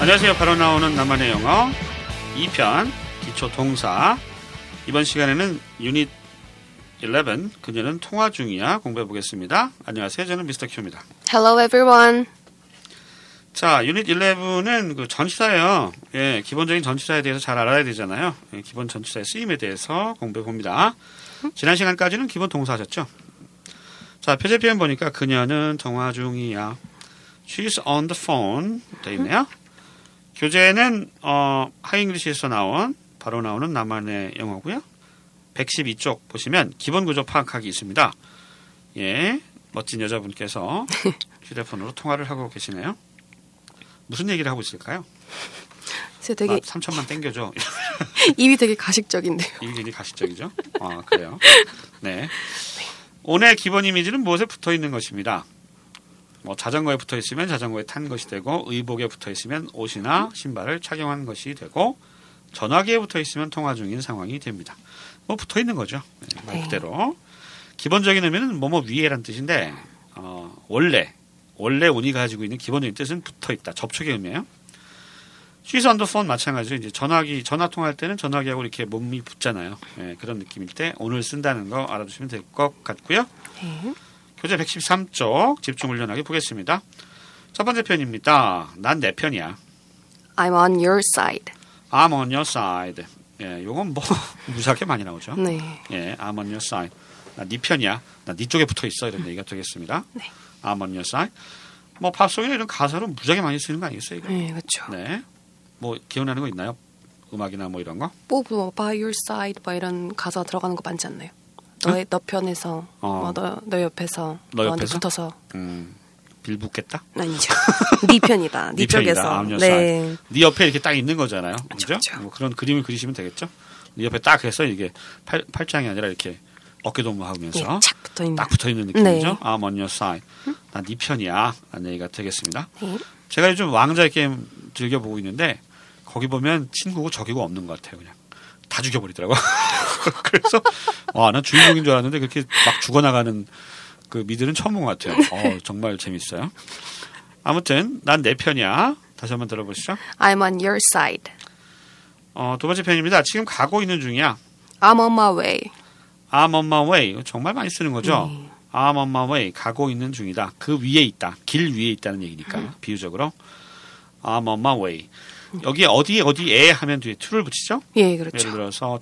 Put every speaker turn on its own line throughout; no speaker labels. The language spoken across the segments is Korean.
안녕하세요. 바로 나오는 나만의 영어 2편 기초 동사 이번 시간에는 유닛 11 그녀는 통화 중이야 공부해 보겠습니다. 안녕하세요. 저는 미스터 큐입니다.
Hello, everyone.
자, 유닛 11은 그 전치사예요. 예, 기본적인 전치사에 대해서 잘 알아야 되잖아요. 예, 기본 전치사의 쓰임에 대해서 공부해 봅니다. 지난 시간까지는 기본 동사셨죠? 자, 표제 표현 보니까 그녀는 통화 중이야. She's on the phone 돼 있네요. 교재는 어, 하잉글리시에서 나온 바로 나오는 나만의 영어고요. 112쪽 보시면 기본 구조 파악하기 있습니다. 예, 멋진 여자분께서 휴대폰으로 통화를 하고 계시네요. 무슨 얘기를 하고 있을까요?
제
되게...
되게
3천만 땡겨줘.
입이 되게 가식적인데요.
이게 가식적이죠. 아, 그래요. 네. 오늘 기본 이미지는 무엇에 붙어 있는 것입니다. 뭐 자전거에 붙어 있으면 자전거에 탄 것이 되고 의복에 붙어 있으면 옷이나 신발을 착용한 것이 되고 전화기에 붙어 있으면 통화 중인 상황이 됩니다. 뭐 붙어 있는 거죠. 네, 말
네.
그대로 기본적인 의미는 뭐뭐 위에란 뜻인데 어, 원래 원래 운이 가지고 있는 기본적인 뜻은 붙어 있다. 접촉의 의미예요. She's on the phone 마찬가지죠. 이제 전화기 전화 통화할 때는 전화기하고 이렇게 몸이 붙잖아요. 예, 그런 느낌일 때 오늘 쓴다는 거 알아두시면 될 것 같고요.
네.
교재 113쪽 집중 훈련하게 보겠습니다. 첫 번째 편입니다. 난 내 편이야.
I'm on your side.
I'm on your side. 예, 요건 뭐 무지하게 많이 나오죠.
네.
예, I'm on your side. 나 네 편이야. 나 네 쪽에 붙어 있어. 이런 얘기가 되겠습니다.
네.
I'm on your side. 뭐 팝송이나 이런 가사로 무지하게 많이 쓰는 거 아니겠어요? 이거?
네, 그렇죠.
네. 뭐 기억나는 거 있나요? 음악이나 뭐 이런 거?
뭐, 뭐 by your side 막 이런 가사 들어가는 거 많지 않나요? 너의 너 편에서
어.
뭐, 너, 너 옆에서
너
너한테
옆에서?
붙어서
음, 빌붙겠다.
아니죠. 네 편이다. 네,
네
쪽에서.
편이다.
네.
네. 네 옆에 이렇게 딱 있는 거잖아요. 그죠?
그쵸.
뭐 그런 그림을 그리시면 되겠죠. 네 옆에 딱 해서 이게 팔, 팔짱이 아니라 이렇게 어깨
예,
동무하면서
착 붙어 있는.
딱 붙어 있는 느낌이죠.
네.
I'm on your side. 난 네 편이야. 라는 얘기가 되겠습니다.
네.
제가 요즘 왕자의 게임 즐겨 보고 있는데 거기 보면 친구고 적이고 없는 것 같아요. 그냥 다 죽여버리더라고. 그래서 와난 주인공인 줄 알았는데 그렇게 막 죽어나가는 그 미드는 처음 본 것 같아요.
네.
어, 정말 재밌어요. 아무튼 난 내 편이야. 다시 한번 들어보시죠.
I'm on your side.
어, 두 번째 편입니다. 지금 가고 있는 중이야.
I'm on my way.
I'm on my way. 이거 정말 많이 쓰는 거죠.
네.
I'm on my way. 가고 있는 중이다. 그 위에 있다. 길 위에 있다는 얘기니까
음.
비유적으로 I'm on my way. 여기 어디 어디에 하면 뒤에 to를 붙이죠.
예, 그렇죠.
예를 들어서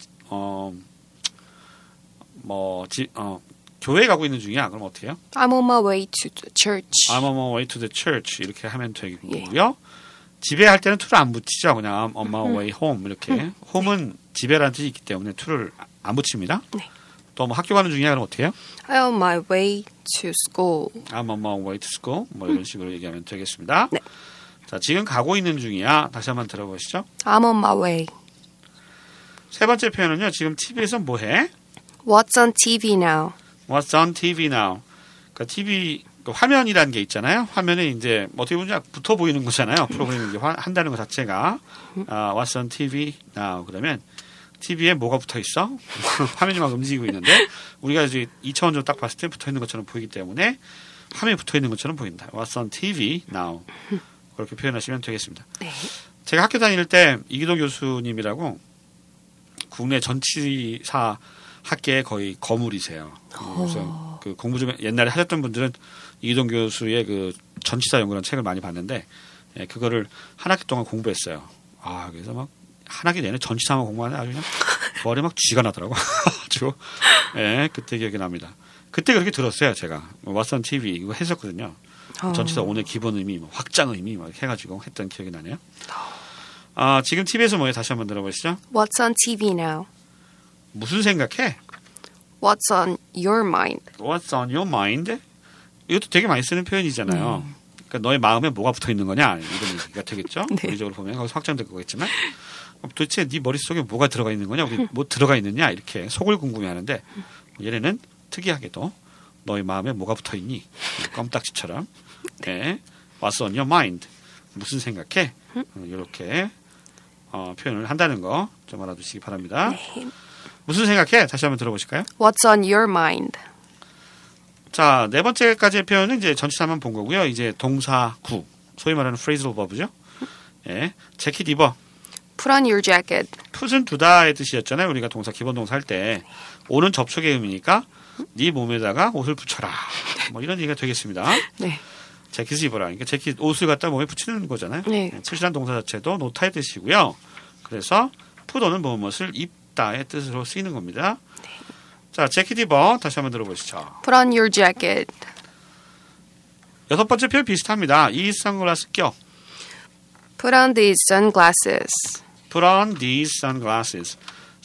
어뭐 어, 교회 가고 있는 중이야. 그럼 어떻게 해요?
I'm on my way to the church.
I'm on my way to the church 이렇게 하면
예.
되고요. 집에 할 때는 to를 안 붙이죠. 그냥 I'm on my way
음.
home 이렇게. home은 집에라는 뜻이 있기 때문에 to를 안 붙입니다.
네.
또 뭐 학교 가는 중이야. 그럼 어떻게 해요?
I'm on my way to school.
I'm on my way to school. 뭐 이런 식으로 얘기하면 되겠습니다.
네.
자, 지금 가고 있는 중이야. 다시 한번 들어보시죠.
I'm on my way.
세 번째 표현은요. 지금 TV에서 뭐 해?
What's on TV now?
What's on TV now? 그러니까 TV 그 화면이라는 게 있잖아요. 화면에 이제 뭐 어떻게 보면 붙어 보이는 거잖아요. 프로그램이 이제 화- 한다는 것 자체가 아, What's on TV now? 그러면 TV에 뭐가 붙어 있어? 화면이 막 움직이고 있는데 우리가 이제 2차원적으로 딱 봤을 때 붙어 있는 것처럼 보이기 때문에 화면에 붙어 있는 것처럼 보인다. What's on TV now? 그렇게 표현하시면 되겠습니다.
네.
제가 학교 다닐 때 이기도 교수님이라고 국내 전치사 학계의 거의 거물이세요. 그래서 그 공부 좀 옛날에 하셨던 분들은 이기동 교수의 그 전치사 연구라는 책을 많이 봤는데 예, 그거를 한 학기 동안 공부했어요. 아 그래서 막 한 학기 내내 전치사만 공부하는 아주 그냥 머리 막 쥐가 나더라고. 아주 예 그때 기억이 납니다. 그때 그렇게 들었어요 제가 뭐 왓슨 TV 이거 했었거든요.
어.
전치사 오늘 기본 의미, 뭐 확장 의미 막 해가지고 했던 기억이 나네요. 아 지금 TV에서 뭐예요? 다시 한번 들어보시죠.
What's on TV now?
무슨 생각해?
What's on your mind?
What's on your mind? 이것도 되게 많이 쓰는 표현이잖아요. 그러니까 너의 마음에 뭐가 붙어 있는 거냐 이런 얘기가 되겠죠.
네.
우리적으로 보면 거기서 확장될 거겠지만 그럼 도대체 네 머릿속에 뭐가 들어가 있는 거냐 거기 뭐 들어가 있느냐 이렇게 속을 궁금해하는데 얘네는 특이하게도 너의 마음에 뭐가 붙어 있니 껌딱지처럼 네. What's on your mind? 무슨 생각해? 어, 이렇게 어, 표현을 한다는 거 좀 알아두시기 바랍니다.
네.
무슨 생각해? 다시 한번 들어보실까요?
What's on your mind?
자, 네 번째까지의 표현은 이제 전치사만 본 거고요. 이제 동사 구, 소위 말하는 phrasal verb죠. 예. 재킷 입어.
Put on your jacket.
풋은 두다의 뜻이었잖아요. 우리가 동사 기본 동사 할 때 오는 접촉의 의미니까 네 몸에다가 옷을 붙여라. 뭐 이런 얘기가 되겠습니다.
네.
재킷을 입어라. 그러니까 재킷 옷을 갖다 몸에 붙이는 거잖아요.
네.
풋이란 동사 자체도 노타의 뜻이고요. 그래서 푸도는 무엇을 입다의 뜻으로 쓰이는 겁니다.
네.
자, 재킷 입어 다시 한번 들어보시죠.
Put on your jacket.
여섯 번째 표현 비슷합니다. 이 선글라스 껴.
Put on these sunglasses.
Put on these sunglasses.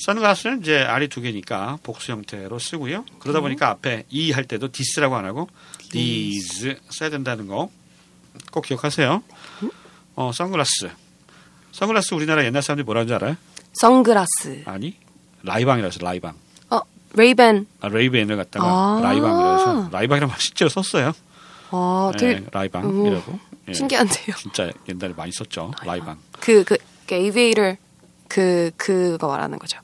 선글라스는 이제 알이 두 개니까 복수 형태로 쓰고요.
네.
그러다 보니까 앞에 이 할 때도 this라고 안 하고 these 써야 된다는 거 꼭 기억하세요. 어, 선글라스. 선글라스 우리나라 옛날 사람들이 뭐라 하는지 알아요?
선글라스.
아니, 라이방이라서 라이방.
어, 레이벤.
아, 레이벤을 갖다가
아.
라이방이라서 라이방이라는 말 실제로 썼어요.
어, 되게
예, 라이방이라고. 예,
신기한데요.
진짜 옛날에 많이 썼죠. 라이방.
그, 그, 그 에이베이를 그, 그거 말하는 거죠.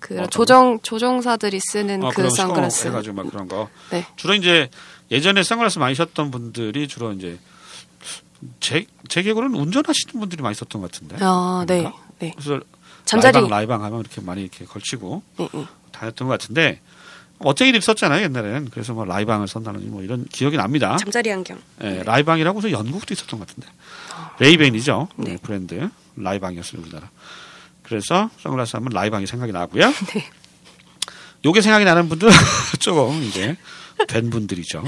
그
어떤
조정, 조정사들이 쓰는
어,
그
그런
선글라스.
해가지고 막 그런 거.
네.
주로 이제 예전에 선글라스 많이 썼던 분들이 주로 이제 제, 제 기억으로는 운전하시는 분들이 많이 썼던 것 같은데.
아, 네.
아닌가?
네.
그래서
잠자리.
라이방 라이방 하면 이렇게 많이 이렇게 걸치고
네, 네.
다녔던 것 같은데 어택이립 썼잖아요 옛날에는 그래서 뭐 라이방을 썼다는 뭐 이런 기억이 납니다.
잠자리 안경.
예, 라이방이라고 해서 영국도 있었던 것 같은데 레이벤이죠
네.
예, 브랜드 라이방이었어요 우리나라 그래서 선글라스 하면 라이방이 생각이 나고요
네.
요게 생각이 나는 분들 조금 이제 된 분들이죠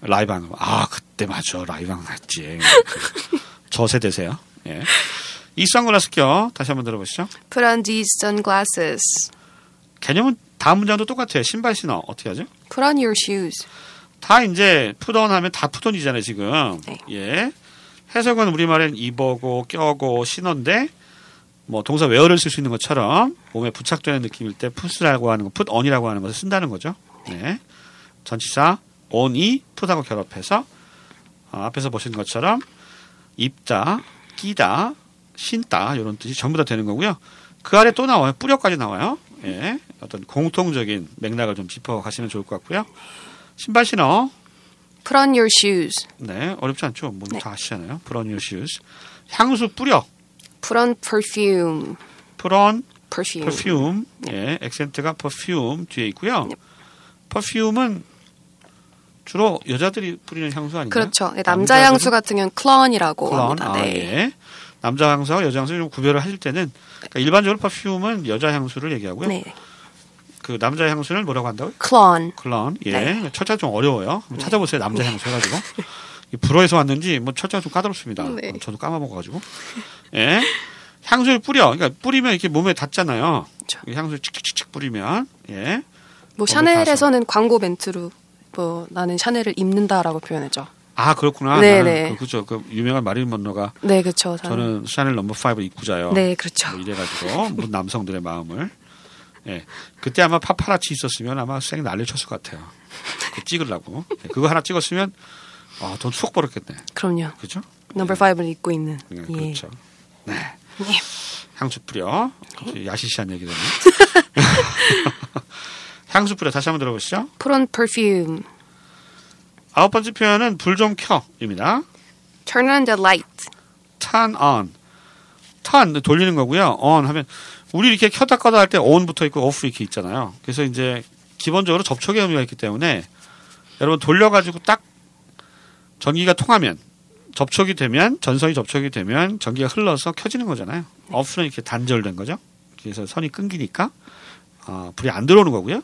라이방 아 그때 맞아 라이방 났지 저 세대세요 예. 이 선글라스 껴 다시 한번 들어보시죠
Put on these sunglasses.
개념은 다음 문장도 똑같아요 신발 신어 어떻게 하죠
Put on your shoes.
다 이제 푸던 하면 다 푸던이잖아요 지금.
네.
예. 해석은 우리말엔 입어고 껴고 신어인데 뭐 동사 웨어를 쓸 수 있는 것처럼 몸에 부착되는 느낌일 때 풋이라고 하는 거, 풋 언이라고 하는 것을 쓴다는 거죠. 네. 전치사 on이 풋하고 결합해서 아, 앞에서 보신 것처럼 입다, 끼다, 신다 이런 뜻이 전부 다 되는 거고요. 그 아래 또 나와요. 뿌려까지 나와요. 예. 어떤 공통적인 맥락을 좀 짚어 가시면 좋을 것 같고요. 신발 신어.
Put on your shoes.
네, 어렵지 않죠. 뭐
네.
다 아시잖아요. 브런 유시우스. 향수 뿌려.
Put on perfume.
브런
Perfume.
퍼퓸. 예, 액센트가 퍼퓸 뒤에 있고요.
네.
퍼퓸은 주로 여자들이 뿌리는 향수 아닌가요?
그렇죠. 네, 남자 향수 같은 경우는 클론이라고
그런,
합니다.
아,
네.
예. 남자 향수와 여자 향수 좀 구별을 하실 때는 그러니까 일반적으로 퍼퓸은 여자 향수를 얘기하고요.
네.
그 남자 향수는 뭐라고 한다고요?
클론.
클론. 예.
네.
철자 좀 어려워요. 한번 찾아보세요. 남자 향수 해가지고. 이 불어에서 왔는지 뭐 철자 좀 까다롭습니다.
네.
저도 까먹어가지고. 예. 향수를 뿌려. 그러니까 뿌리면 이렇게 몸에 닿잖아요.
그렇죠.
이 향수를 칙칙칙칙 뿌리면. 예.
뭐
거기
샤넬에서는 광고 멘트로 뭐 나는 샤넬을 입는다라고 표현했죠.
아 그렇구나.
네,
나는
네.
그, 그죠. 그 유명한 마릴린 먼로가
네, 그렇죠. 저는
저는 샤넬 넘버 파이브 입고자요.
네, 그렇죠.
뭐 이래가지고 뭐 남성들의 마음을. 예. 그때 아마 파파라치 있었으면 아마 쌩 난리 쳤을 것 같아요. 그거 찍으려고. 예, 그거 하나 찍었으면 아, 돈 쑥 벌었겠네.
그럼요.
그죠?
넘버 5를 입고 있는.
네,
예.
그렇죠. 네.
네.
향수 뿌려. 갑자기 야시시한 얘기를 했네. 향수 뿌려. 다시 한번 들어보시죠.
Put on perfume.
아홉 번째 표현은 불 좀 켜입니다.
Turn on the light.
turn on. turn 돌리는 거고요. on 하면 우리 이렇게 켰다 꺼다 할 때 on부터 있고 off 이렇게 있잖아요. 그래서 이제 기본적으로 접촉의 의미가 있기 때문에 여러분 돌려가지고 딱 전기가 통하면 접촉이 되면 전선이 접촉이 되면 전기가 흘러서 켜지는 거잖아요. off는 이렇게 단절된 거죠. 그래서 선이 끊기니까 아, 불이 안 들어오는 거고요.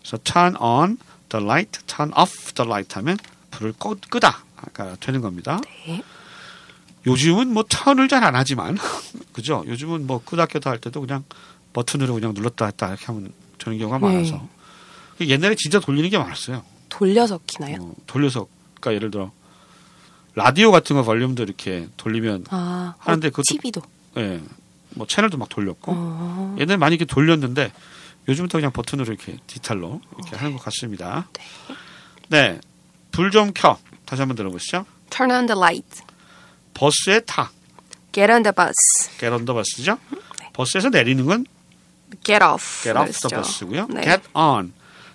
그래서 turn on the light, turn off the light 하면 불을 꺼, 끄다 가 되는 겁니다.
네.
요즘은 뭐 턴을 잘 안 하지만 그죠? 요즘은 뭐 끄다 켜다 할 때도 그냥 버튼으로 그냥 눌렀다 했다 이렇게 하면 되는 경우가
네.
많아서 옛날에 진짜 돌리는 게 많았어요.
돌려서 키나요?
어, 돌려서 그러니까 예를 들어 라디오 같은 거 볼륨도 이렇게 돌리면
아,
하는데 그것도-
TV도.
예, 뭐 채널도 막 돌렸고
어.
옛날에 많이 이렇게 돌렸는데 요즘은 또 그냥 버튼으로 이렇게 디지털로 이렇게 하는 것 같습니다. 네, 불 좀 켜. 다시 한번 들어보시죠.
Turn on the light.
버스에 타.
Get on the bus.
게런더 버스죠. 버스에서 내리는 건
Get off.
get off the
네. 그랬죠.
bus고요.
네.
get on.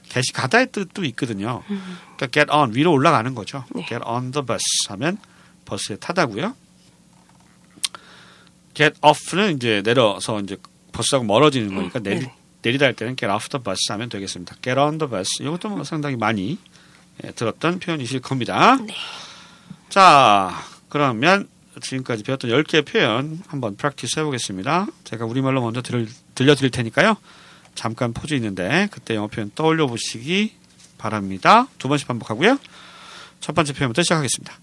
get이 가다의 뜻도 있거든요. 그러니까 get on 위로 올라가는 거죠.
음. 네.
get on the bus 하면 버스에 타다고요. get off는 이제 내려서 이제 버스하고 멀어지는 거니까 내리,
네네.
내리다 할 때는 get off the bus 하면 되겠습니다. get on the bus. 이것도 뭐 상당히 많이 예, 들었던 표현이실 겁니다.
네.
자, 그러면 지금까지 배웠던 10개의 표현 한번 프랙티스 해보겠습니다. 제가 우리말로 먼저 들, 들려드릴 테니까요. 잠깐 포즈 있는데 그때 영어 표현 떠올려 보시기 바랍니다. 두 번씩 반복하고요. 첫 번째 표현부터 시작하겠습니다.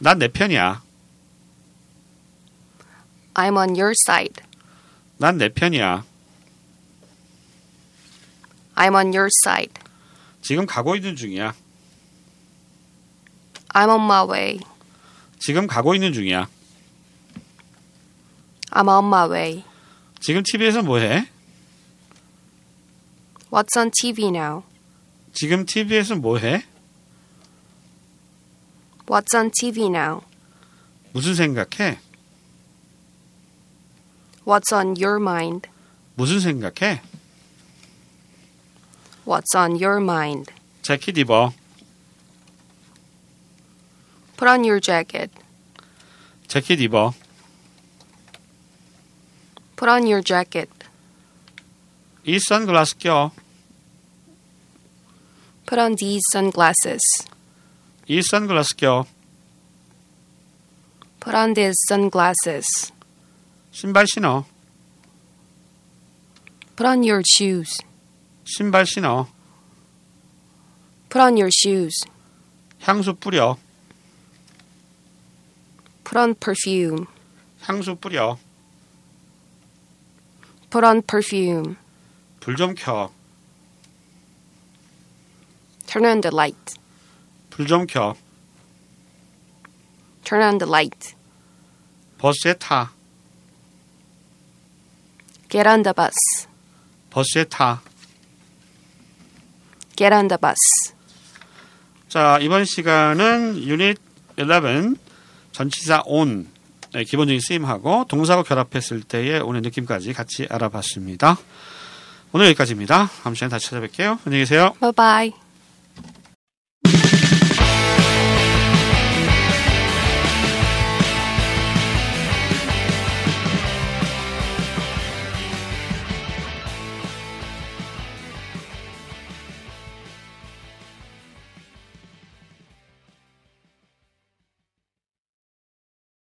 난 내 편이야.
I'm on your side.
난 내 편이야.
I'm on your side.
지금 가고 있는 중이야.
I'm on my way.
지금 가고 있는 중이야.
I'm on my way.
지금 TV에서 뭐 해?
What's on TV now?
지금 TV에서 뭐 해?
What's on TV now?
무슨 생각해?
What's on your mind?
무슨 생각해?
What's on your mind?
재킷 입어.
Put on your jacket.
재킷 입어.
Put on your jacket.
이 선글라스 껴.
Put on these sunglasses.
이 선글라스 껴.
Put on these sunglasses.
신발 신어.
Put on your shoes.
신발 신어.
Put on your shoes.
향수 뿌려.
Put on perfume.
향수 뿌려.
Put on perfume.
불 좀 켜.
Turn on the light.
불 좀 켜.
Turn on the light.
버스에 타.
Get on the bus.
버스에 타.
Get on the bus.
자, 이번 시간은 유닛 11 전치사 on 의 기본적인 쓰임하고 동사하고 결합했을 때의 오늘 느낌까지 같이 알아봤습니다. 오늘 여기까지입니다. 다음 시간에 다시 찾아뵐게요. 안녕히 계세요.
Bye bye.